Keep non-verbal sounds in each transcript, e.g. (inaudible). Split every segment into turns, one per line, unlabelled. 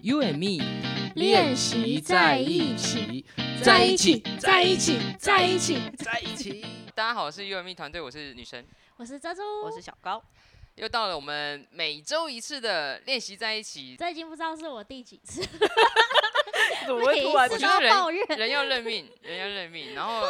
You and me
练习在一
起，
在一起，在一起，在一起。
在一起。大家好，我是 You and me 团队，我是女神，
我是珍珠，
我是小高，
又到了我们每周一次的练习在一起。
这已经不知道是我第几次， (laughs)
怎么
每
会
一
突然
次
我
都
觉
要
得
抱怨。
人要认
(laughs)
命，人要认命。然后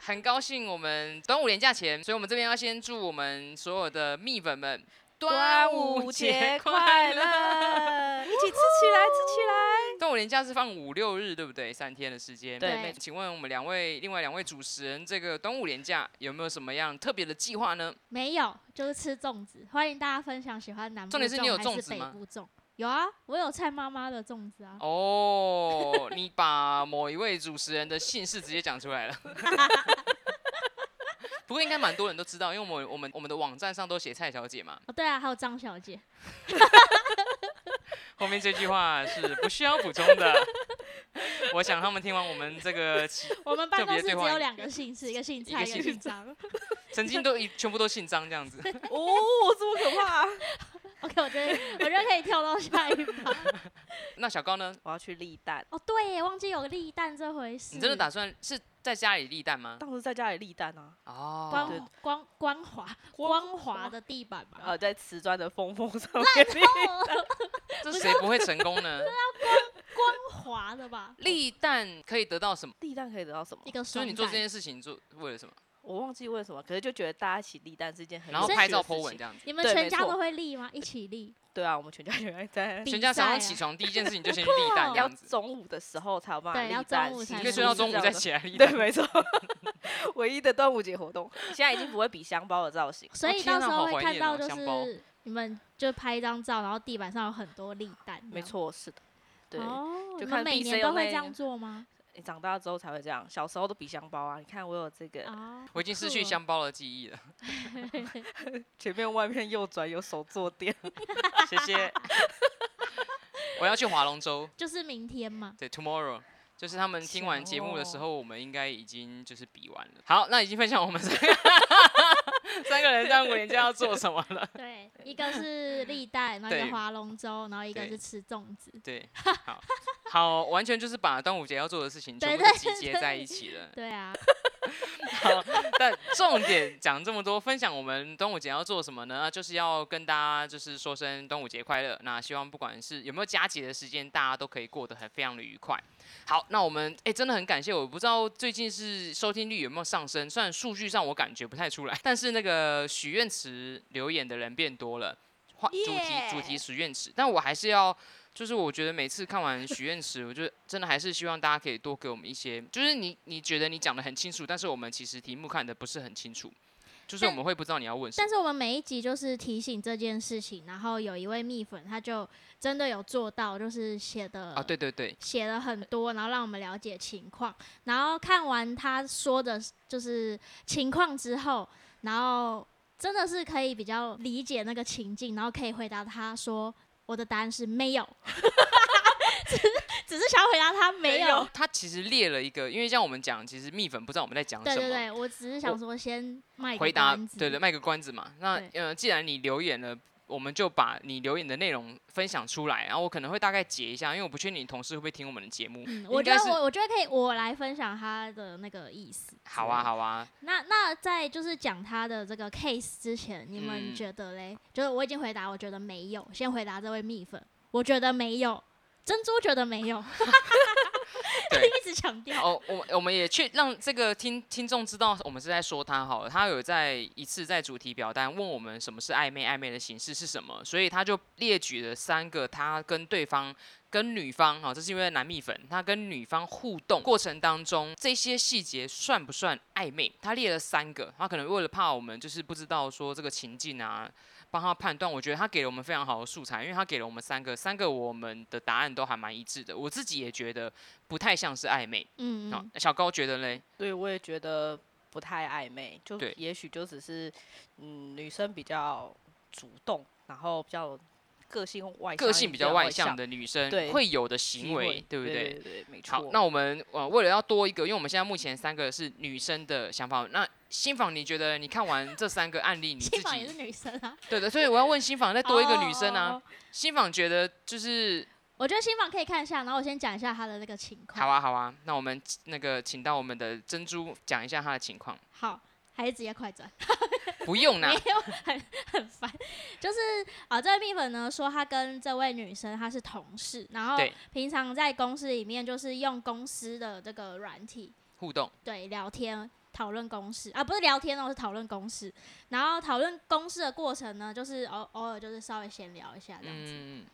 很高兴我们端午连假前，所以我们这边要先祝我们所有的蜜粉们
端午节快！乐，一起吃起来，吃起来。
端午连假是放五六日，对不对？三天的时间。
对
没错
请问我们两位，另外两位主持人，这个端午连假有没有什么样特别的计划
(laughs)
呢？
没有，就是吃粽子。欢迎大家分享喜欢南部
重点是你有
还
粽
是
子
北
吗
部粽。有啊，我有蔡妈妈的粽子啊。
哦，你把某一位主持人的姓氏直接讲出来了。 (laughs) 不过应该蛮多人都知道，因为我们我们我们的网站上都写蔡小姐嘛。
哦，对啊，还有张小姐。
后面这句话是不需要补充的。我想他们听完我们这个起，
(laughs) 我们办
特
公
别
室只
对话
有两个
(laughs)
姓氏，一个姓蔡，
一
一
个
个
姓
姓张。
曾经都一全部都姓张这样
(laughs)
子。
(laughs) 哦，这么可怕、
OK，我觉得我觉得可以跳到
(laughs)
下
哦
一趴。
那小高呢？
我要去立蛋，
哦，对耶，忘记有立蛋这回事。
你真的打算是在家里立蛋吗？
当时在家里立蛋啊，
哦，
对
光光光滑光滑的地板吧？
啊
呃，在瓷砖的缝缝上面立。
这谁不会成功
(laughs)
呢？
(laughs)
啊
光滑的吧？
立蛋可以得到什么？
立蛋可以得到什么
一？个
所
手
以你做这件事情做为了什么？
我忘记为什么，可是就觉得大家一起立蛋是一件很
然后
有趣
拍
的
照
事
po 文
情
这样子。
你们
对
全
没
家
错
都会立吗？一起立？
对啊，我们全家人在
比
全家早
赛
上
啊
起床第一件事情就先
好酷
立蛋
哦
这
要
样子，
中午的时候才有办法
对要
立
中
蛋，
午
习
才
你
能
可以
俗 (laughs)
睡到
是
中午
这样
再
的
起来立
对，
蛋。(laughs)
没错，唯一的端午节活动，现在已经不会比香包的造型。
所以
天
到
啊
时
好
候
怀
会看
念
到
哦
就
香包
是你们就拍一张照，然后地板上有很多粒蛋。
没，错，是的，对。
哦，你
就
们
看
每
毕
年
生
都
有
会
那
这样做吗？
你长大之后才会这样，小时候都比香包啊！你看我有这个，
啊，
我已经失去
酷哦
香包的记忆了，
前面外面右转有手坐垫，
谢谢。 (laughs) 我要去划龙舟。
就是明天
(laughs)
嘛。
对，Tomorrow，就是他们听完节目的时
巧
候，我们应该已经就是比完了。好，那已经分享我们三个 (laughs) 三个人在五年假要做什么了。
对，一个是立蛋，然后一
对
个划龙舟，然后一个
对
是吃粽子。
对，好，好，完全就是把端午节要做的事情全
对
部都
对
集结在一起了。
对啊，
好，但重点讲这么多，分享我们端午节要做什么呢？就是要跟大家就是说声端午节快乐。那希望不管是有没有佳节的时间，大家都可以过得很非常的愉快。好，那我们哎、真的很感谢，我不知道最近是收听率有没有上升，虽然数据上我感觉不太出来，但 (laughs) 是那个许愿池留言的人变多了，话主题主题
Yeah
许愿池，但我还是要就是我觉得每次看完许愿池，我就真的还是希望大家可以多给我们一些，就是你你觉得你讲的很清楚，但是我们其实题目看的不是很清楚，就是我
但
们会不知道你要问什
但
么。
是我们每一集就是提醒这件事情，然后有一位蜜粉他就真的有做到，就是写的
啊，对对对，
写了很多，然后让我们了解情况。然后看完他说的，就是情况之后，然后真的是可以比较理解那个情境，然后可以回答他说：“我的答案是没有。” (laughs) 只是只是想要回答他没有。
他其实列了一个，因为像我们讲，其实蜜粉不知道我们在讲什
对
么。
对对，我只是想说先卖个
回答
关，子
对对，卖个关子嘛。那
对
呃，既然你留言了，我们就把你留言的内容分享出来，然后我可能会大概解一下，因为我不确定你同事会不会听我们的节目。
嗯，
应
我觉
该
得
是
我我觉得可以，我来分享他的那个意思。
好啊，好啊，
那那在就是讲他的这个 case 之前，你们
嗯
觉得嘞？就是我已经回答，我觉得没有。先回答这位蜜粉，我觉得没有。珍珠觉得没
(laughs)
有，(laughs)
对
一直强
(laughs)
调。
哦，我我们也去让这个听听众知道，我们是在说他好了。他有在一次在主题表单问我们什么是暧昧，暧昧的形式是什么，所以他就列举了三个他跟对方。跟女方哦哈，这是因为男蜜粉，他跟女方互动过程当中，这些细节算不算暧昧？他列了三个，他可能为了怕我们就是不知道说这个情境啊，帮他判断。我觉得他给了我们非常好的素材，因为他给了我们三个，三个我们的答案都还蛮一致的。我自己也觉得不太像是暧昧，
嗯
好
嗯，，
小高觉得嘞，
对，我也觉得不太暧昧，就
对
也许就只是嗯，女生比较主动，然后比较个性外向，
个性比较外向
的
的女生
对
会有的行为，对
对
不
对？
对？
对对，没
好
错，。
那我们呃，为了要多一个，因为我们现在目前三个是女生的想法。那新房，你觉得你看完这三个案例，你自
新房也是
己
女生啊，
对的，所以我要问新房再多一个女生
哦
啊。。新房觉得就是
我觉得新房可以看一下，然后我先讲一下他的那个情况。
好啊，好啊，那我们那个请到我们的珍珠讲一下她的情况，
好，还是直接快转。
不用啦
没，有，很很烦。就是啊、这位蜜粉呢说，她跟这位女生她是同事，然后
对
平常在公司里面就是用公司的这个软体
互动，
对聊天。讨论公事啊，不是聊天哦，是讨论公事。然后讨论公事的过程呢，就是偶偶尔就是稍微闲聊一下这样子。
嗯，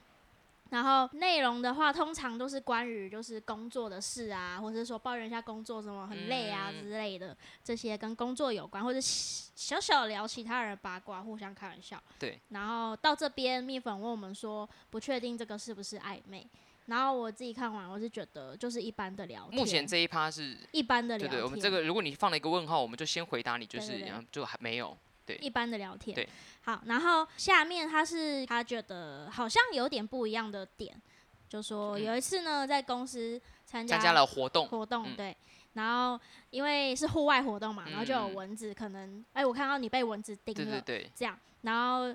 然后内容的话，通常都是关于就是工作的事啊，或者是说抱怨一下工作什么很累啊
嗯
之类的，这些跟工作有关，或者小小聊其他人的八卦，互相开玩笑。
对。
然后到这边，蜜粉问我们说，不确定这个是不是暧昧。然后我自己看完，我是觉得就是一般的聊天，
目前这一趴是，
一般的
对
聊天，
对，我们这个如果你放了一个问号，我们就先回答你，就
对对
是
对
嗯就还没有，
一般的聊天。
对，
好，然后下面他是他觉得好像有点不一样的点，就说
嗯
有一次呢，在公司参加
参加了活动，
活动，
嗯
对。然后因为是户外活动嘛，然后就有
嗯
蚊子，可能哎，我看到你被蚊子叮
对对
了，
对，
这样，然后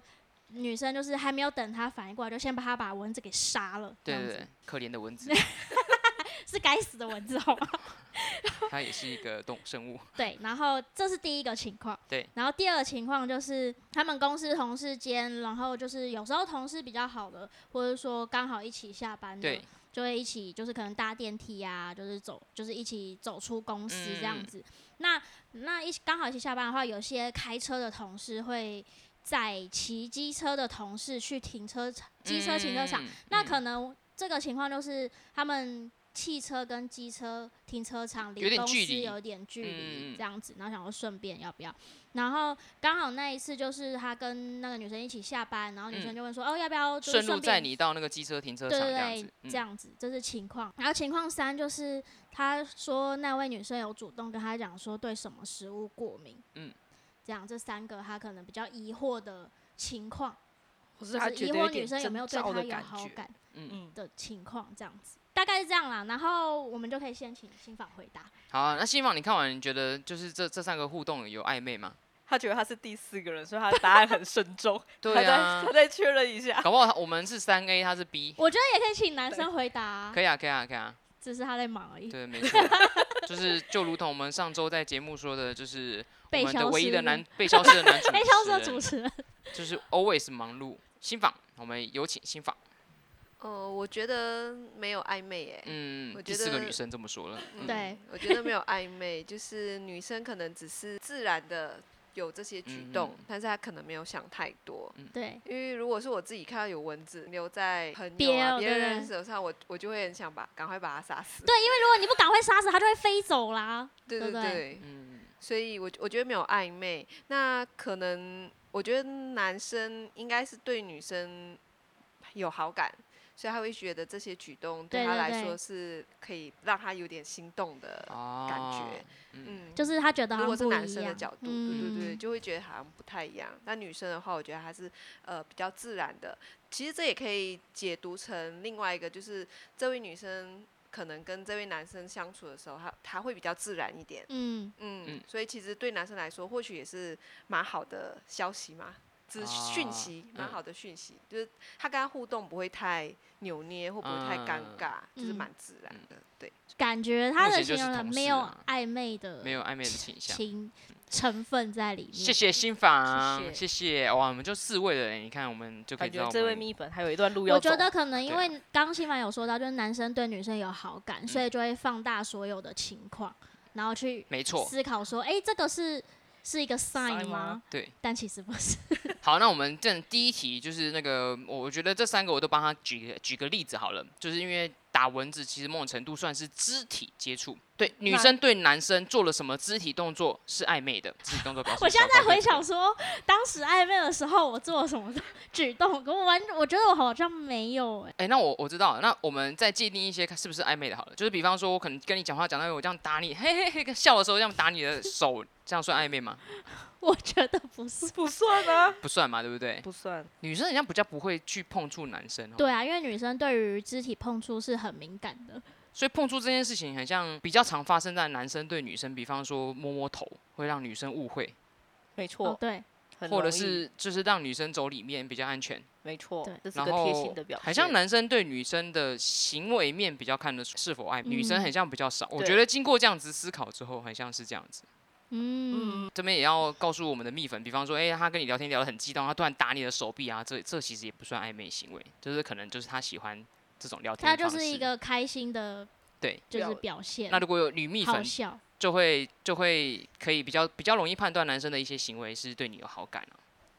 女生就是还没有等他反应过来，就先把他把蚊子给杀了，
对
这样
对
子
对，可怜的蚊
(laughs)
子，
是该死的蚊子好吗？
它也是一个动生物，
对，然后这是第一个情况，
对，
然后第二个情况就是他们公司同事间，然后就是有时候同事比较好的，或者说刚好一起下班的
对，，
就会一起就是可能搭电梯啊，就是走就是一起走出公司
嗯
这
嗯
样
嗯
子。那那一起刚好一起下班的话，有些开车的同事会载骑机车的同事去停车场， (laughs) 机车停车场。
嗯
那
嗯
可能这个情况就是他们汽车跟机车停车场
有
离
点
公
距
司
离
有点距
嗯嗯
离
嗯
这样子，然后想说顺便要不要？然后刚好那一次就是他跟那个女生一起下班，然后女
嗯
生就问说：“哦，要不要就是
顺路
顺
载
便
你到那个机车停车
对
场
对
这样
对
子，，嗯
这样子，这是情况。然后情况三就是，他说那位女生有主动跟他讲说对什么食物过敏，
嗯，
这样这三个他可能比较疑惑的情况，
我是
就
他
是
觉
疑
得有
惑女
点
生有没有
征
对
兆
他
的
有
感
好
觉，
感
嗯，
嗯，
的情况，这样子大概是这样啦。然后我们就可以先请新访回答。
好啊，那新房你看完，你觉得就是这这三个互动有暧昧吗？
他觉得他是第四个人，所以他的答案很慎重，
(laughs) 对啊
他再他再确认一下，
搞不好他我们是三 A，他是 B，
(laughs) 我觉得也可以请男生回答啊、
可以啊，可以啊，可以啊，
只是他在忙而已。
对，没
(laughs)
错，就是就如同我们上周在节目说的，就是我
被
们的
消
唯一
失
的
了 (laughs)
男被消失的男主
被消失的
持
主
人 (laughs)
持人，
就是 always 忙碌。新房，我们有请新房，
呃，我觉得没有暧昧诶、
嗯，
我
第
觉
四个
得
女生这么说了，嗯
对，
(laughs) 我觉得没有暧昧，就是女生可能只是自然的有这些举动，
嗯
但是她可能没有想太多。
对，
因为如果是我自己看到有蚊子留在朋友
别
啊
哦
别
对
人
对
手上，我我就会很想把赶快把它杀死。
对因为如果你不赶快杀死他，就会飞走啦。
对
对
对
不
对，
嗯，
所以我我觉得没有暧昧。那可能我觉得男生应该是对女生有好感，所以他会觉得这些举动对
对
他
对
来
对
说是可以让他有点心动的
哦，
感觉。
嗯，
嗯，
就是他觉得好像
如果是
不
男
一
生的
样
角度，对
嗯
对对，就会觉得好像不太一样。那女生的话，我觉得还是呃比较自然的。其实这也可以解读成另外一个，就是这位女生可能跟这位男生相处的时候，她她会比较自然一点。
嗯，
嗯
嗯，所以其实对男生来说，或许也是蛮好的消息嘛，只是
啊
讯息，蛮
嗯
好的讯息，就是他跟他互动不会太扭捏，或不会太尴
嗯
尬，就是
嗯
蛮自然的。对，
感觉他
目
的
前就
形
是
容的
同
没
事
有
啊
暧昧的
没有暧昧的倾向。
情成分在里面。
谢谢新房，谢
谢
谢哇，我们就四位了耶，你看我们 (laughs) 就可以
感
知道
觉
我
这位
们
蜜粉还有一段路要
我
走。
觉得可能因
对嗯啊
为刚新凡有说到，就是男生对女生有好感，所以就会放大所有的情况，然后去
没错，
思考说，哎、这个是是一个 sign
Sign
吗
吗？
对。
但其实不
(laughs)
是。
好，那我们正第一题就是那个，我我觉得这三个我都帮他举个举个例子好了，就是因为打蚊子其实某种程度算是肢体接触，对，女
那
生对男生做了什么肢体动作是暧昧的，肢体动作表示。
我现在在回想，说，当时暧昧的时候我做了什么举动，可我完，我觉得我好像没有、诶， (laughs)
哎、那我我知道了，那我们再界定一些看是不是暧昧的好了，就是比方说我可能跟你讲话讲到我这样打你，嘿嘿嘿，笑的时候这样打你的手，这样算暧昧吗？
我觉得不
哦
是。
不算啊，
不算嘛，对不对？
不算。
女生好像比较不会去碰触男生、哦，
对啊，因为女生对于肢体碰触是很敏感的。
所以碰触这件事情很像比较常发生在男生对女生，比方说摸摸头，会让女生误会。
没
哦
错，，
对，
很
或者
容易
是就是让女生走里面比较安全。
没错
对，
这是
然
个贴心
后
的表现。
很像男生对女生的行为面比较看得出是否爱，女生
嗯
很像比较少。我
对
觉得经过这样子思考之后，很像是这样子。
嗯，
这边也要告诉我们的蜜粉，比方说，哎、他跟你聊天聊得很激动，他突然打你的手臂啊，这这其实也不算暧昧行为，就是可能就是他喜欢这种聊天
他
方式。
就是一个开心的，
对，
就是
表
表现，
那如果有女蜜
好
粉，
笑，
就会就会可以比较比较容易判断男生的一些行为是对你有好感啊。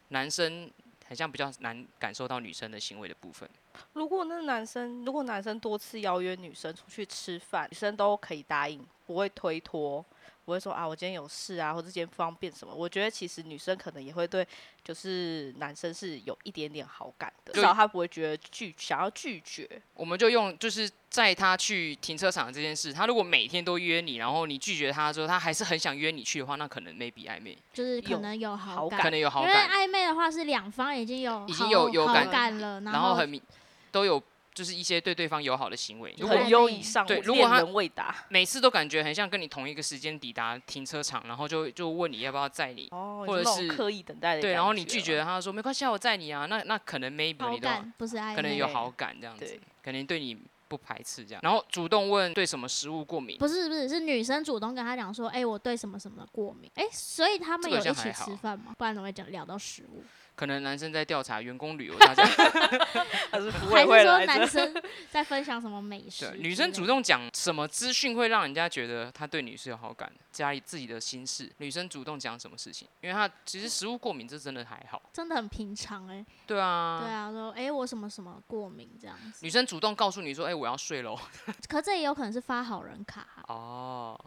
男生很像比较难感受到女生的行为的部分。
如果那男生，如果男生多次邀约女生出去吃饭，女生都可以答应，不会推脱，不会说啊我今天有事啊，或者今天不方便什么。我觉得其实女生可能也会对，就是男生是有一点点好感的，至
就
少她不会觉得拒想要拒绝。
我们就用就是载他去停车场这件事，他如果每天都约你，然后你拒绝他之后，他还是很想约你去的话，那可能 maybe 暧昧，
就是可
有
能有
好
感，
可能有好
因为
感，
暧昧的话是两方已经有
已经
好
有有
好
感
感了，
然后很明都有就是一些对对方友好的行为。如果
暧
很优
昧
以上，
对
我
如果
恋
他
人未达。
每次都感觉很像跟你同一个时间抵达停车场，然后就就问你要不要载你，
哦，
或
你
者
那种
是
刻意等待的
对，
感
然后你
觉
拒
了
绝，
(laughs)
他说没关系啊，我载你啊，那那可能 maybe
好
你都
感，不是暧昧，
可能有
昧
好感这样子
对，
可能对你不排斥这样，然后主动问对什么食物过敏，
不是不是，是女生主动跟他讲说，哎、我对什么什么过敏，哎、所以他
这
们
个
有
好像
一起
还好啊
吃饭吗？不然怎么会讲聊到食物？
可能男生在调查员工旅游，
(laughs)
大家
他是不
还
会
是
会
说
(laughs)
来着
男生在分享什么美食之
对，
类的？
女生主动讲什么资讯会让人家觉得她对你是有好感的？家里自己的心事，女生主动讲什么事情？因为她其实食物过敏这真的还好。
真的很平常哎、
对啊，
对啊，说哎、我什么什么过敏这样子，
女生主动告诉你说：“哎、我要睡喽。
可这也有可能是发好人卡啊、”
哦，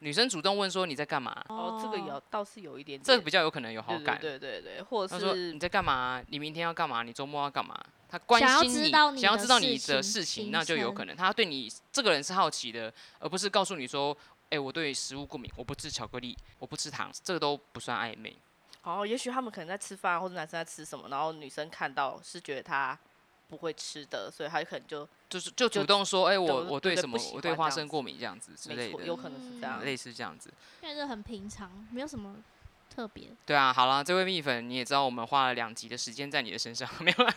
女生主动问说：“你在干嘛
哦，这个
哦
有倒是有一点？”
这
点，
个比较有可能有好
对
感。
对对对对，或者
她说：“
是
你在干嘛？啊你明天要干嘛？你周末要干嘛？”她关
想要
心
知
你，
道你
想要
的
知道
事
你的
情
事情，
行
那就有
程
可能她对你这个人是好奇的，而不是告诉你说：“哎、我对食物过敏，我不吃巧克力，我不吃糖。”这个都不算暧昧。
哦，也许他们可能在吃饭啊，或者男生在吃什么，然后女生看到是觉得他不会吃的，所以他可能就
就是就
就
主动说，哎、我
就
我对
觉得
什
不
么
喜
我对
欢
花
这样
生
子
过敏这样子之
没
类
错，
的，
有可能啊是这
嗯
样。
类似这样子。
因为这很平常，没有什么特别。
对啊，好啦，这位蜜粉你也知道，我们花了两集的时间在你的身上， (laughs) 没有啦，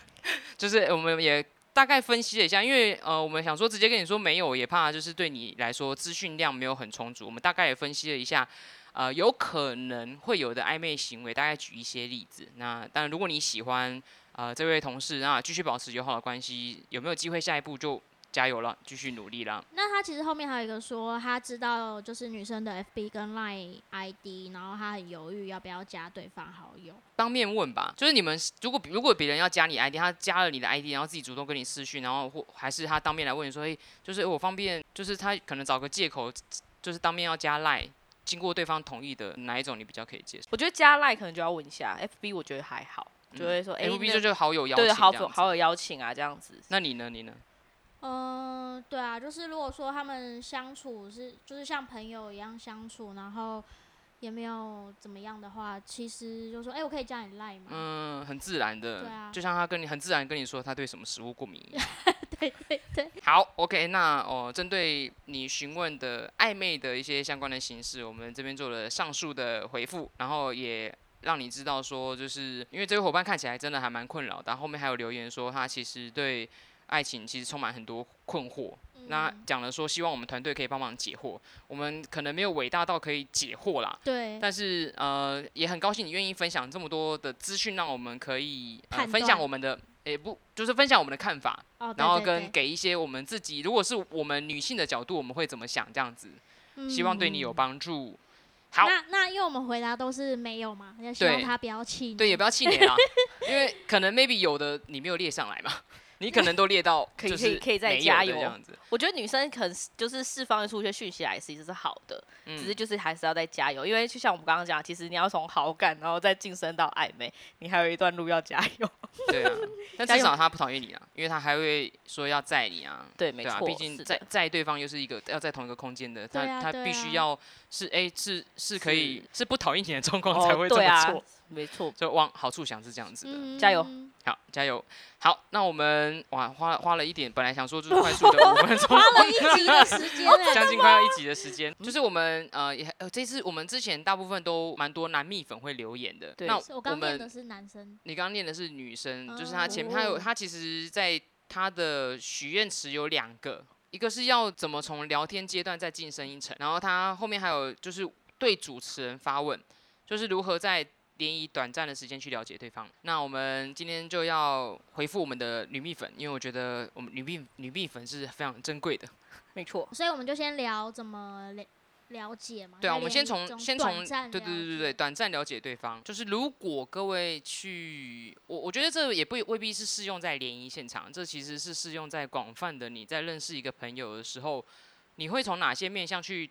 就是我们也大概分析了一下，因为呃，我们想说直接跟你说没有，也怕就是对你来说资讯量没有很充足，我们大概也分析了一下。呃，有可能会有的暧昧行为，大概举一些例子。那当然，如果你喜欢呃这位同事，那继续保持友好的关系，有没有机会下一步就加油了，继续努力啦。
那他其实后面还有一个说，他知道就是女生的 FB 跟 Line ID，然后他很犹豫要不要加对方好友。
当面问吧，就是你们如果如果别人要加你 ID，他加了你的 ID，然后自己主动跟你私讯，然后或还是他当面来问你说，哎、就是诶我方便，就是他可能找个借口，就是当面要加赖，经过对方同意的哪一种你比较可以接受？
我觉得加赖可能就要问一下，FB 我觉得还好，就会说哎、
嗯 F B
那
就就好友邀请
对
这
好
样子
友好友邀请啊这样子。
那你呢？你呢？
嗯、对啊，就是如果说他们相处是就是像朋友一样相处，然后也没有怎么样的话，其实就说，哎、我可以加你 Line 吗？
嗯，很自然的，
对啊
就像他跟你很自然跟你说他对什么食物过敏一样。
(laughs) 对对对，
好，OK，那哦，针对你询问的暧昧的一些相关的形式，我们这边做了上述的回复，然后也让你知道说，就是因为这位伙伴看起来真的还蛮困扰的，然后后面还有留言说他其实对爱情其实充满很多困惑， (laughs) 那
嗯、
讲了说希望我们团队可以帮忙解惑，我们可能没有伟大到可以解惑啦。
对，
但是呃，也很高兴你愿意分享这么多的资讯，让我们可以、呃、
判
分享
断
我们的，也、不就是分享我们的看法，
哦，对
然后
对
跟
对
给一些我们自己，如果是我们女性的角度，我们会怎么想这样子？希望对你有
嗯
帮助。好
那那因为我们回答都是没有嘛，要希望
对
他不要气你。
对，也不要气
(laughs)
馁啦，因为可能 maybe 有的你没有列上来嘛，你可能都列到
(laughs) 可以
就
可以
是
可以再
没有
加
的
油
这样子。
我觉得女生可能是就是释放出一些讯息来，其实是好的，只是
嗯，
就是还是要再加油，因为就像我们刚刚讲，其实你要从好感，然后再晋升到暧昧，你还有一段路要加油。 (laughs)
对啊，但
加
至
油
少他不讨厌你啊，因为他还会说要载你啊。
对，没
对啊
错，，
毕竟
是的
在在对方又是一个要在同一个空间的，他
对啊
他
对
必须
啊
要是 A 是是可
是
以是不讨厌你的状况才
哦，
会这
对
么
啊
做，，
没错，
就往好处想是这样子的。
嗯，
加油
(laughs) 好，加油！好，那我们哇花花了一点，本来想说就是快速的五分钟，
花了一集的时间欸
(laughs) 将近快要一集的时间，就是我们呃也呃这次我们之前大部分都蛮多男蜜粉会留言的，
对
那
是我刚念
们
的是男生，
你刚刚念的是女生，就是她前面她有
哦
她其实在她的许愿池有两个，一个是要怎么从聊天阶段再晋升一层，然后她后面还有就是对主持人发问，就是如何在联谊短暂的时间去了解对方。那我们今天就要回复我们的女蜜粉，因为我觉得我们女蜜女蜜粉是非常珍贵的。
没错，
所以我们就先聊怎么了了解嘛。
对啊，
在
我们先
联
从
谊中
先
短
从
暂
对对
了
对对
解
对，短暂了解对方。就是如果各位去，我我觉得这也不未必是适用在联谊现场，这其实是适用在广泛的你在认识一个朋友的时候，你会从哪些面向去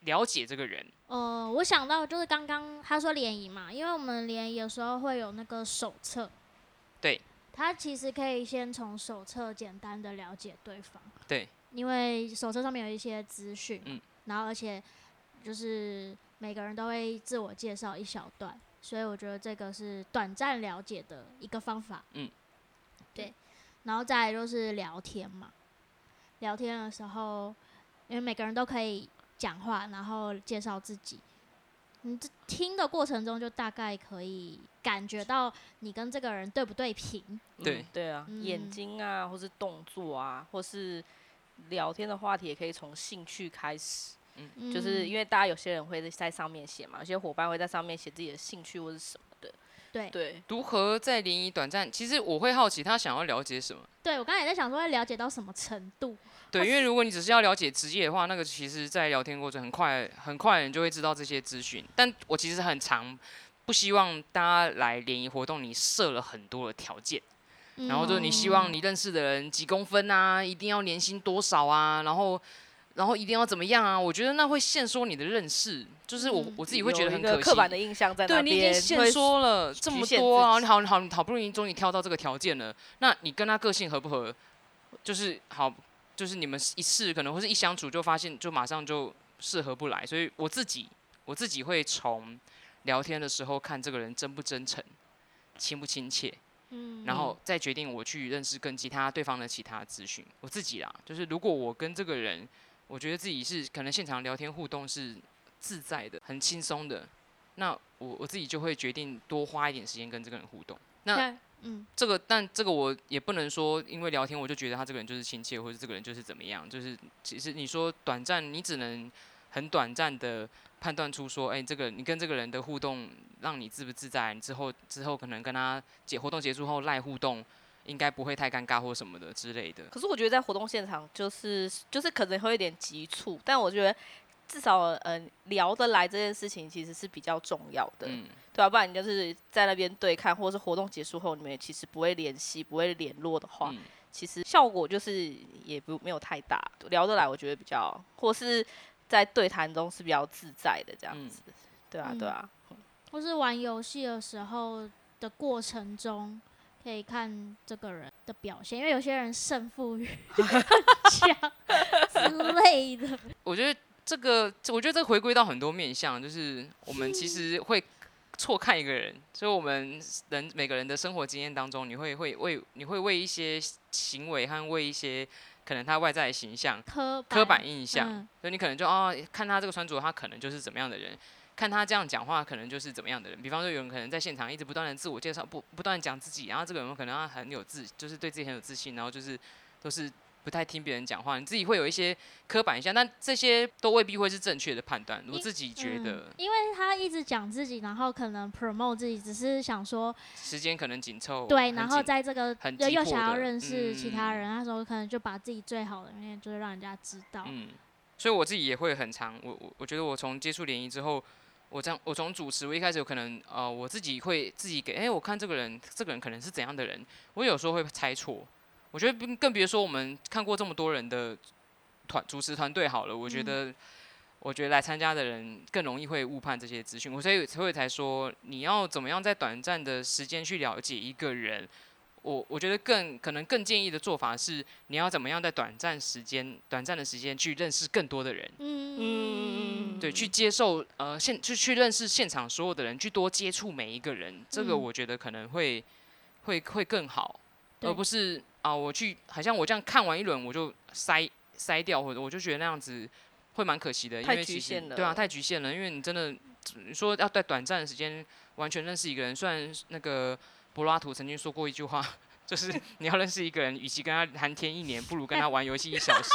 了解这个人？
呃，我想到就是刚刚他说联谊嘛，因为我们联谊有时候会有那个手册，
对，
他其实可以先从手册简单的了解对方，
对，
因为手册上面有一些资讯，
嗯，
然后而且就是每个人都会自我介绍一小段，所以我觉得这个是短暂了解的一个方法，
嗯，
对，然后再来就是聊天嘛，聊天的时候，因为每个人都可以讲话，然后介绍自己。你这听的过程中，就大概可以感觉到你跟这个人对不对频。
对
嗯对啊，眼
嗯
睛啊，或是动作啊，或是聊天的话题，也可以从兴趣开始。就是
嗯
因为大家有些人会在上面写嘛，有些伙伴会在上面写自己的兴趣或是什么的。
对
对，
如何在联谊短暂？其实我会好奇他想要了解什么。
对我刚才也在想说，要了解到什么程度？
对，因为如果你只是要了解职业的话，那个其实，在聊天过程很快很快，你就会知道这些资讯。但我其实很常不希望大家来联谊活动，你设了很多的条件，然
嗯
后就是你希
嗯
望你认识的人几公分啊，一定要年薪多少啊，然后然后一定要怎么样啊，我觉得那会限缩你的认识，就是我
嗯
我自己会觉得
有
很
一个
可惜
刻。板的印象在那
对
边，
你已经限
会
缩了这
局
么
限
多
自
啊！
己
你好，好，你好不容易终于挑到这个条件了，那你跟他个性合不合？就是好，就是你们一试可能或是一相处就发现就马上就适合不来，所以我自己我自己会从聊天的时候看这个人真不真诚，亲不亲切，
嗯，
然后再决定我去认识跟其他对方的其他资讯。我自己啦，就是如果我跟这个人，我觉得自己是可能现场聊天互动是自在的、很轻松的，那我我自己就会决定多花一点时间跟这个人互动。那
那嗯，
这个，但这个我也不能说，因为聊天我就觉得他这个人就是亲切，或者这个人就是怎么样。就是其实你说短暂，你只能很短暂的判断出说，哎、这个你跟这个人的互动让你自不自在，你之后之后可能跟他结活动结束后赖互动，应该不会太尴尬或什么的之类的。
可是我觉得在活动现场，就是就是可能会有点急促，但我觉得至少呃聊得来这件事情其实是比较重要的，
嗯，
对啊，不然你就是在那边对看，或者是活动结束后你们也其实不会联系、不会联络的话，
嗯
其实效果就是也不没有太大，聊得来我觉得比较，或是在对谈中是比较自在的这样
嗯
子，对啊
嗯
对啊，
或是玩游戏的时候的过程中，可以看这个人的表现，因为有些人胜负
(laughs)
欲很强之类的。
我觉得这个，这我觉得这个回归到很多面向，就是我们其实会错看一个人，所以我们人每个人的生活经验当中，你会会为你会为一些行为和为一些可能他外在的形象、
刻
刻板印象，
嗯
所以你可能就哦，看他这个穿着，他可能就是怎么样的人。看他这样讲话，可能就是怎么样的人。比方说，有人可能在现场一直不断的自我介绍，不不断地讲自己，然后这个人可能他很有自，就是对自己很有自信，然后就是都是不太听别人讲话，你自己会有一些刻板印象，但这些都未必会是正确的判断。我
因
自己觉
嗯
得
因为他一直讲自己，然后可能 promote 自己，只是想说
时间可能紧凑，
对，
很
然后
紧
在这个
很
又
急
又
迫
想要
的
认识其他
嗯
人，那时候可能就把自己最好的那面，就是让人家知道。
嗯，所以我自己也会很常，我我我觉得我从接触联谊之后，我这样我从主持，我一开始有可能呃我自己会自己给，哎、我看这个人这个人可能是怎样的人，我有时候会猜错。我觉得不更别说我们看过这么多人的团主持团队好了，我觉
嗯
得、我觉得来参加的人更容易会误判这些资讯，我所以所以才说你要怎么样在短暂的时间去了解一个人。我我觉得更可能更建议的做法是，你要怎么样在短暂时间、短暂的时间去认识更多的人，
嗯
对，去接受呃现去去认识现场所有的人，去多接触每一个人，这个
嗯
我觉得可能会会会更好，
对
而不是啊、我去好像我这样看完一轮我就筛筛掉，或者我就觉得那样子会蛮可惜的，因
太
为
局
其实
限
对啊，
了
太局限了，因为你真的你说要在短暂的时间完全认识一个人，虽然那个柏拉图曾经说过一句话，就是 (laughs) 你要认识一个人，与其跟他谈天一年，不如跟他玩游戏一小时。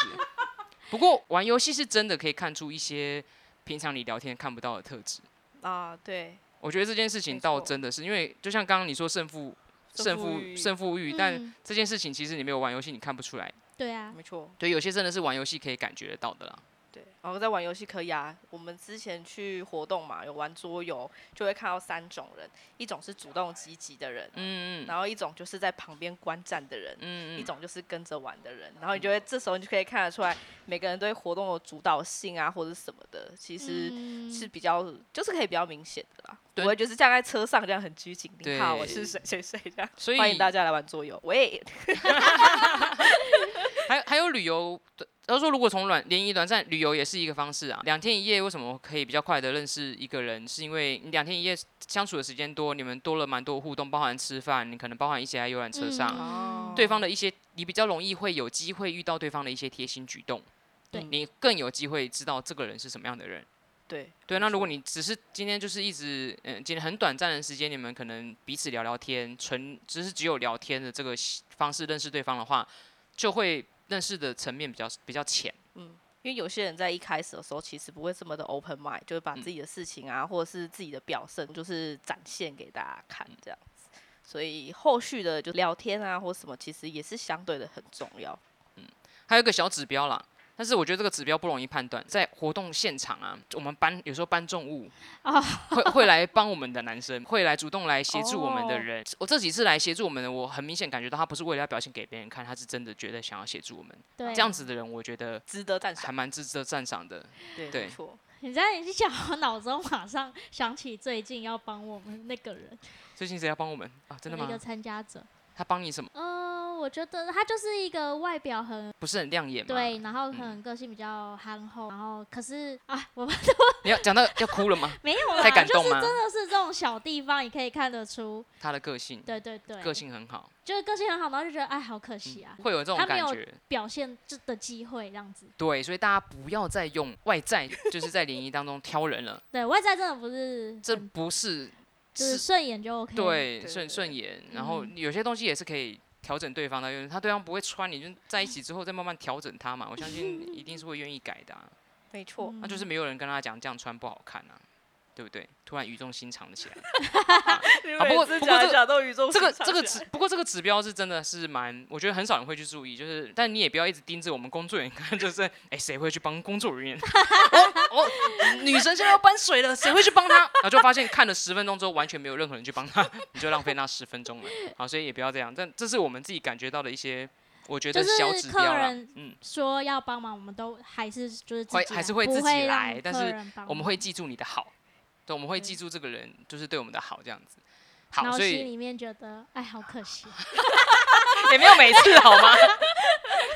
不过玩游戏是真的可以看出一些平常你聊天看不到的特质。
啊，对，
我觉得这件事情
没
倒
错
真的是，因为就像刚刚你说胜负、胜
胜负
负、
欲
胜负欲，但
嗯
这件事情其实你没有玩游戏你看不出来。
对啊，
没错，
对，有些真的是玩游戏可以感觉得到的啦。
对。然后在玩游戏可以啊，我们之前去活动嘛，有玩桌游，就会看到三种人，一种是主动积极的人，
嗯嗯
然后一种就是在旁边观战的人，
嗯
一
嗯，
种就是跟着玩的人，然后你就会这时候你就可以看得出来，每个人对活动的主导性啊，或者什么的，其实是
是
比较就是可以比较明显的
嗯
啦。
对
不会就是站在车上这样很拘谨，你好，我
对
是谁谁谁这样。
所以
欢迎大家来玩桌游，喂，
还还有旅游，他说如果从短联谊短暂旅游也是一个方式啊，两天一夜为什么可以比较快的认识一个人？是因为你两天一夜相处的时间多，你们多了蛮多互动，包含吃饭，你可能包含一起在游览车上，啊
哦
对方的一些，你比较容易会有机会遇到对方的一些贴心举动，
对
你更有机会知道这个人是什么样的人。
对
对，那如果你只是今天就是一直，嗯，今天很短暂的时间，你们可能彼此聊聊天，纯只是只有聊天的这个习方式认识对方的话，就会认识的层面比较比较浅。
因为有些人在一开始的时候其实不会这么的 open mind，就是
嗯
把自己的事情啊，或者是自己的表现，就是展现给大家看
嗯
这样子。所以后续的就聊天啊或什么，其实也是相对的很重要。
还有一个小指标啦，但是我觉得这个指标不容易判断，在活动现场啊，我们搬有时候搬重物，
哦
会会来帮我们的男生，会来主动来协助我们
哦
的人。我这几次来协助我们的，我很明显感觉到他不是为了要表现给别人看，他是真的觉得想要协助我们。
对啊
这样子的人，我觉得
值得赞赏
还，蛮值得赞赏的。
对，
啊对
没错，
你这样一讲，我脑中马上想起最近要帮我们那个人，
最近谁要帮我们啊？真的
那个
吗？
参加者。
他帮你什么？
嗯，我觉得他就是一个外表很
不是很亮眼吗？
对，然后
嗯
可能个性比较憨厚，然后可是啊，我们
你要讲到要哭
(laughs)
了吗？
没有啦，
太感动
就是
吗？
真的是这种小地方，你可以看得出，
他的个性，
对对对，
个性很好，嗯
就是个性很好，然后就觉得哎，好可惜啊，
会有这种
他没
感
有
觉。
表现这的机会这样子。
对，所以大家不要再用外在，就是在联谊当中挑人
(laughs)
了，
对外在真的不是
这
很
不是
嗯就是
是
顺眼就 OK。，
对
对
顺
对
顺眼，然后
嗯
有些东西也是可以调整对方的，因为他对方不会穿，你就在一起之后再慢慢调整他嘛，我相
(laughs)
信一定是会愿意改的啊、
没错。
那就是
嗯
没有人跟他讲这样穿不好看啊，对不对？突然语重心长的起来，
啊
不过不过这个
都宇宙
这个
市场
这个
起来
(laughs)
指，不过这个指标是真的是蛮，我觉得很少人会去注意，就是，但你也不要一直盯着我们工作人员看， (laughs) 就是，哎，谁会去帮工作人员？ (laughs) 哦哦，女生现在要搬水了，谁会去帮她？ (laughs) 然后就发现看了十分钟之后，完全没有任何人去帮她，你就浪费那十分钟了。好，所以也不要这样，但这是我们自己感觉到的一些，我觉得
就是
小指
客
标啦
人，
嗯，
说要帮忙，我们都还是就是自
会
己
还
来
是会
不
自己
会
来
让
但
客
是
人帮
我们
忙
会记住你的好，对，我们会记住这个人就是对我们的好这样子。
然
好，
后
所
嗯心
以
里面觉得哎，好可惜，
(laughs) 也没有每次好
(laughs)
吗？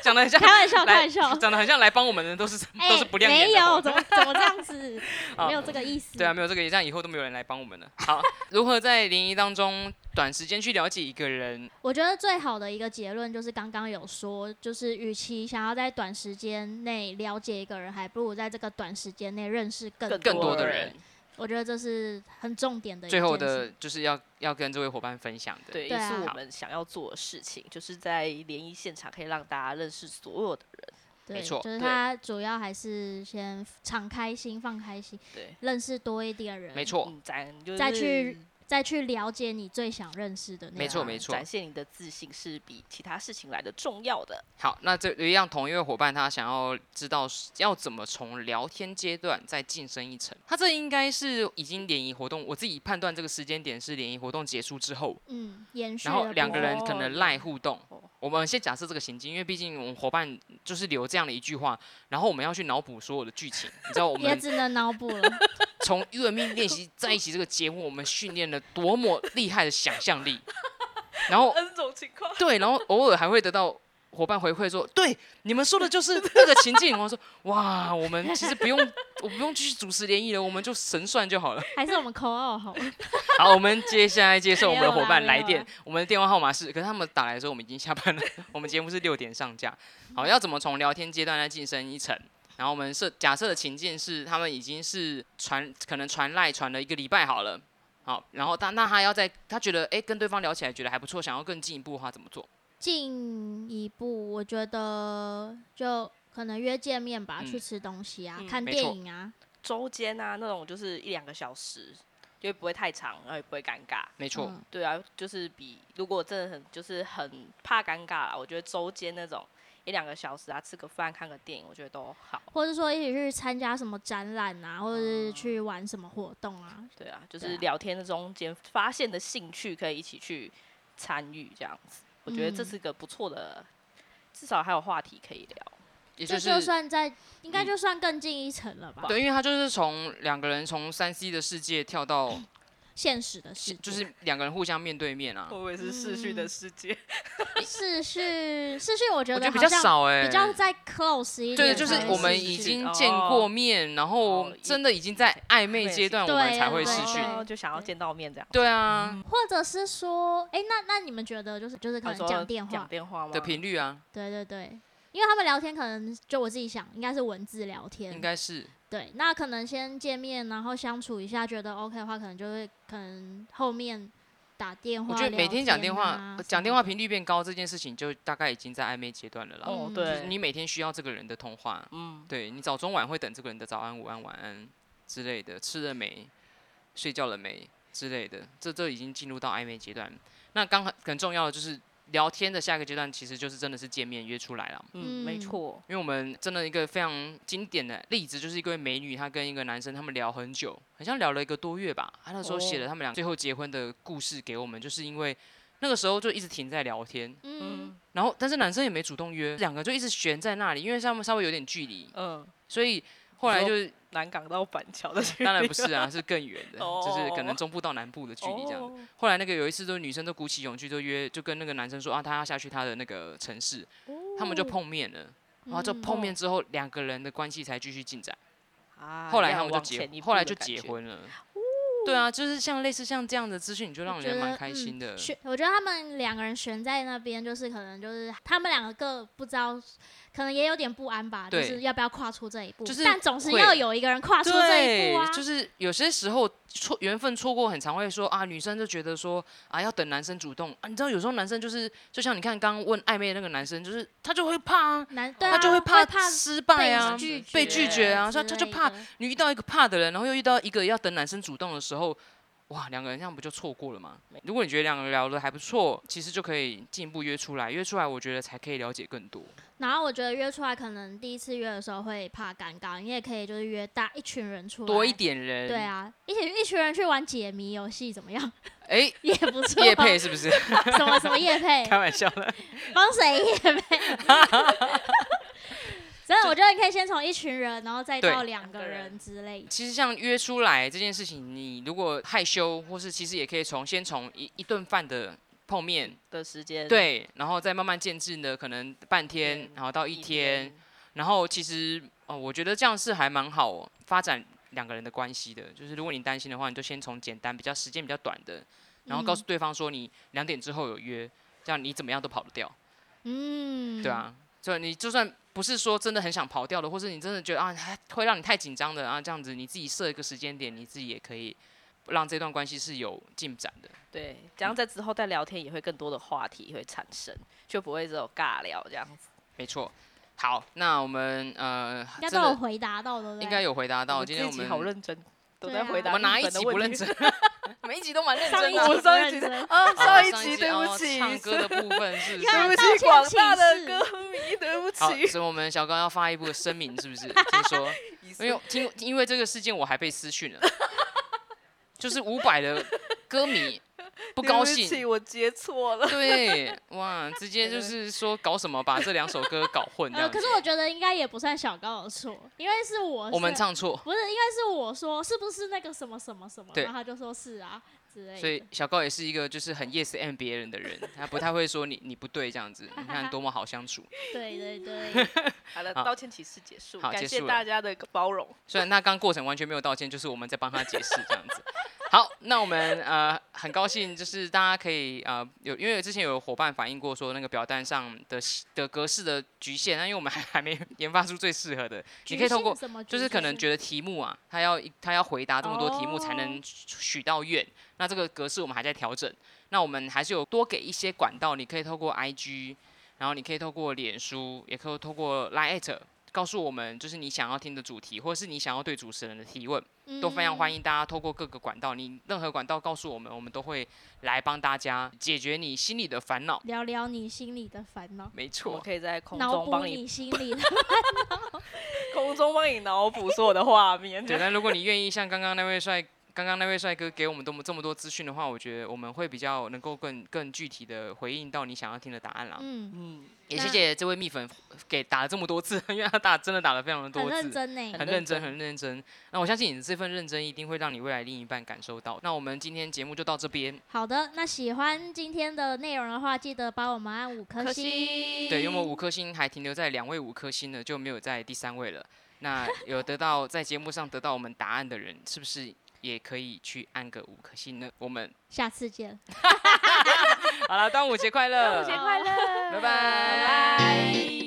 讲的像
开玩笑，
来
开玩笑。
长得很像来帮我们的人都是、
哎，
(laughs) 都是不亮眼
没
的
有，
货。
怎么怎么这
(laughs)
样子？
啊
没有这个意思。
对啊，没有这个，这样以后都没有人来帮我们了。
(laughs)
好，如何在联谊当中短时间去了解一个人？
我觉得最好的一个结论就是刚刚有说，就是与其想要在短时间内了解一个人，还不如在这个短时间内认识更
更
更多
多
的
的
人
人，
我觉得这是很重点的一
最
件事。
后的就是要要跟这位伙伴分享的。
对，
对
也是
啊
我们想要做的事情，就是在联谊现场可以让大家认识所有的人。
对，
错
就是
对
他主要还是先敞开心，放开心，
对，
认识多一点人，
没，错，
嗯，展就是嗯
再去再去了解你最想认识的那个
没错
人
没错
展现你的自信是比其他事情来的重要的。
好，那这有一样同一位伙伴，他想要知道要怎么从聊天阶段再晋升一层。他这应该是已经联谊活动，我自己判断这个时间点是联谊活动结束之后，
嗯，延续
然后
了
两
不
个人可
哦
能赖互动
哦。
我们先假设这个情境，因为毕竟我们伙伴就是留这样的一句话，然后我们要去脑补所有的剧情。你知道我
也
们
只能脑补了， (laughs)
从月命练习在一起这个节目，我们训练了多么厉害的想象力。然后
N 种情况，
对，然后偶尔还会得到伙伴回馈说，对，你们说的就是这个情境。我说，哇，我们其实不用，我不用继续主持联谊了，我们就神算就好了。
还是我们扣二好了？
(laughs) 好，我们接下来接受我们的
没有
伙
啦
伴
没
来
有
电
啦，
我们的电话号码是，可是他们打来的时候我们已经下班了， (laughs) 我们节目是六点上架。好，要怎么从聊天阶段再晋升一层？然后我们设假设的情境是，他们已经是传可能传赖传了一个礼拜好了，好，然后他那他要在他觉得哎、诶跟对方聊起来觉得还不错，想要更进一步的话怎么做？
进一步，我觉得就可能约见面吧，
嗯
去吃东西啊，
嗯
看
没
电
错
影啊，
周间啊那种就是一两个小时，就不会太长，然后也不会尴尬。
没错，
嗯
对啊，就是比如果真的很就是很怕尴尬啦，我觉得周间那种一两个小时啊，吃个饭看个电影，我觉得都好。
或者说一起去参加什么展览啊，或者是去玩什么活动啊，
对啊，就
对
是
啊
聊天的中间发现的兴趣可以一起去参与这样子，我觉得这
嗯
是个不错的，至少还有话题可以聊。
也
这
是
就算在应该
嗯
就算更进一层了吧？
对，因为他就是从两个人从三 C 的世界跳到，
现实的事，
(laughs)
(laughs)
就是两个人互相面对面啊，
我以为是逝去的世界，
是是是是，我觉
我觉
得
得比
好
较
像
少哎、
比较再 close 一
对，
点才会是，
就是我们已
视讯
经
哦
见过面，然后
哦一
真的已经在暧昧阶段，我们
对啊
才嗯啊会
对
视
对
讯。
哦就想要见到面这样。
对啊，
或者是说，哎、那那你们觉得就是就是可
他
能
说
讲电
讲
话，
电话吗？
的频率啊，
对对对，因为他们聊天可能就我自己想，应该是文字聊天，
应该是
对，那可能先见面，然后相处一下，觉得 OK 的话，可能就会可能后面打电话、
我
聊
觉得每天讲电
天
话呃
啊，
讲电话频率变高这件事情，就大概已经在暧昧阶段了啦。
哦
嗯，
就是
对，
你每天需要这个人的通话，
嗯，
对你早中晚会等这个人的早安、午安、晚安之类的，吃了没，睡觉了没之类的，这都已经进入到暧昧阶段。那刚很很重要的就是聊天的下一个阶段，其实就是真的是见面约出来了。
嗯，没
嗯
错，
因为我们真的一个非常经典的例子，就是一位美女，她跟一个男生他们聊很久，好像聊了一个多月吧。她那时候写
哦
了他们俩最后结婚的故事给我们，就是因为那个时候就一直停在聊天，
嗯，
嗯
然后但是男生也没主动约，两个就一直悬在那里，因为他们稍微有点距离，
嗯，
所以后来
你说
就是
南港到板桥的距离，
当然不是啊，是更远的，就是可能
哦
中部到南部的距离这样子。
哦
后来那个有一次，就是女生都鼓起勇气，就约就跟那个男生说啊，她要下去她的那个城市，他们就碰面了。然后就
嗯
碰面之后，两个人的关系才继续进展。
(laughs) 啊
后来他
要
们就
往
结
前
婚，
一
后
步
来
的
就
感
结
觉，
婚了。对啊，就是像类似像这样的资讯，你就让
我觉
人
得
蛮开心的
嗯。悬我觉得他们两个人悬在那边，就是可能就是他们两个各不知道，可能也有点不安吧，就
对
是要不要跨出这一步。
就是
但总是
会
要有一个人跨出这一
对
步啊。，
就是有些时候错缘分错过，很常会说啊，女生就觉得说啊，要等男生主动啊。你知道有时候男生就是，就像你看刚刚问暧昧的那个男生，就是他就会怕啊，
男对啊，
他就会
怕
失败啊，
拒
被拒绝啊，所以
之
他就
类
怕
的
你遇到一个怕的人，然后又遇到一个要等男生主动的时候，哇，两个人这样不就错过了吗？如果你觉得两个人聊的还不错，其实就可以进一步约出来，约出来我觉得才可以了解更多。
然后我觉得约出来，可能第一次约的时候会怕尴尬，你也可以就是约大一群人出来，
多一点人，
对，啊，一起一群人去玩解谜游戏怎么样？ (laughs)
(laughs) 哎、
也不错。
叶配是不是？
什么什么叶配，
(laughs) 开玩笑的，
帮谁叶配？
(laughs)
真的，我觉得你可以先从一群人，然后再
对
到两个
两个人
人之类的。
(laughs) 其实像约出来这件事情，你如果害羞，或是其实也可以从先从一一顿饭的碰面，
的时间，
对，然后再慢慢渐进的，可能半天
天，
然后到一天，，然后其实哦，我觉得这样是还蛮好、哦、发展两个人的关系的。就是如果你担心的话，你就先从简单、比较时间比较短的，然
嗯
后告诉对方说你两点之后有约，这样你怎么样都跑得掉，
嗯，
对，啊。就你就算不是说真的很想跑掉的，或是你真的觉得啊还会让你太紧张的啊，这样子你自己设一个时间点，你自己也可以让这段关系是有进展的。
对，这样在之后再聊天也会更多的话题会产生，就不会只有尬聊这样子。
没错。好，那我们呃，
应该
真
都有
的
回答到，对不对？
应该有回答到。
们
今
这
天
一
我
集
们
好认真，都
对
在
啊
回答
我们哪一
日本的
集
问
不认
题？
真？ (laughs) 每一集都蛮认
上
真
一
的
集
啊。
我上
认
一集的
真
啊，
啊
(laughs) 上一集对
哦
不起，
唱歌的部分
(laughs)
是不是
看
对不
道
起
歉
广大
启
的
事
歌迷，对不
好，
起。
所以我们小高要发一部声明，是不是？先
(laughs)
说，因为听因为这个事件我还被私讯了， (laughs) 就是伍佰的歌
(laughs)
迷不
不
高
对不起，
兴，
我接错了。
(laughs) 对，哇，直接就是说搞什么把这两首歌搞
(laughs)
混 (laughs) 这
呃，
样
可
子，
是我觉得应该也不算小高的错，因为是我
我们
是
唱错，
不是应该是我说是不是那个什么什么什么，
对
然后他就说是啊之之类的。
所以小高也是一个就是很 yes and 别人的人，他不太会说你你不对这样子，你
(laughs)
看多么好相处。
对对对，
好了，
好
道歉启事结束，
好
感
结
谢
束了
大家的包容。
虽然他刚过程完全没有道歉，就是我们在帮他解释这样子。好，那我们呃很高兴，就是大家可以呃有，因为之前有伙伴反映过说那个表单上的的格式的局限，那因为我们还还没研发出最适合的， (laughs) 你可以透过
局限什么局
就
限？
是可能觉得题目啊，他要一他要回答这么多题目才能许到愿。那这个格式我们还在调整，那我们还是有多给一些管道，你可以透过 IG，然后你可以透过脸书，也可以透过 Line at 告诉我们，就是你想要听的主题，或者是你想要对主持人的提问，都非常欢
迎。
迎大家透过各个管道，你任何管道告诉我们，我们都会来帮大家解决你心里的烦恼。
聊聊你心里的烦恼，
没
我们
错，
可以在空
脑
中
补
帮你
你心
(laughs)
里的。
空中帮你脑补所有的画面。 (laughs)
对，但如果你愿意像刚刚那位帅，刚刚那位帅哥给我们这么这么多资讯的话，我觉得我们会比较能够更更具体的回应到你想要听的答案啦。
嗯，
嗯，
也
那
谢谢这位蜜粉给打了这么多字，因为他打真的打了非常的多
很认
字。
真
很
呢。
认
认真，
真
很认真。那我相信你这份认真一定会让你未来另一半感受到。那我们今天节目就到这边，
好的，那喜欢今天的内容的话，记得帮我们按五颗
可
星。
惜，
对，因为我五颗星还停留在两位五颗星呢，就没有在第三位了。那有得到在节目上得到我们答案的人，是不是也可以去按个五颗星呢？我们
下次见。
好了，端午节快乐！
端午节快乐，
拜拜
拜拜。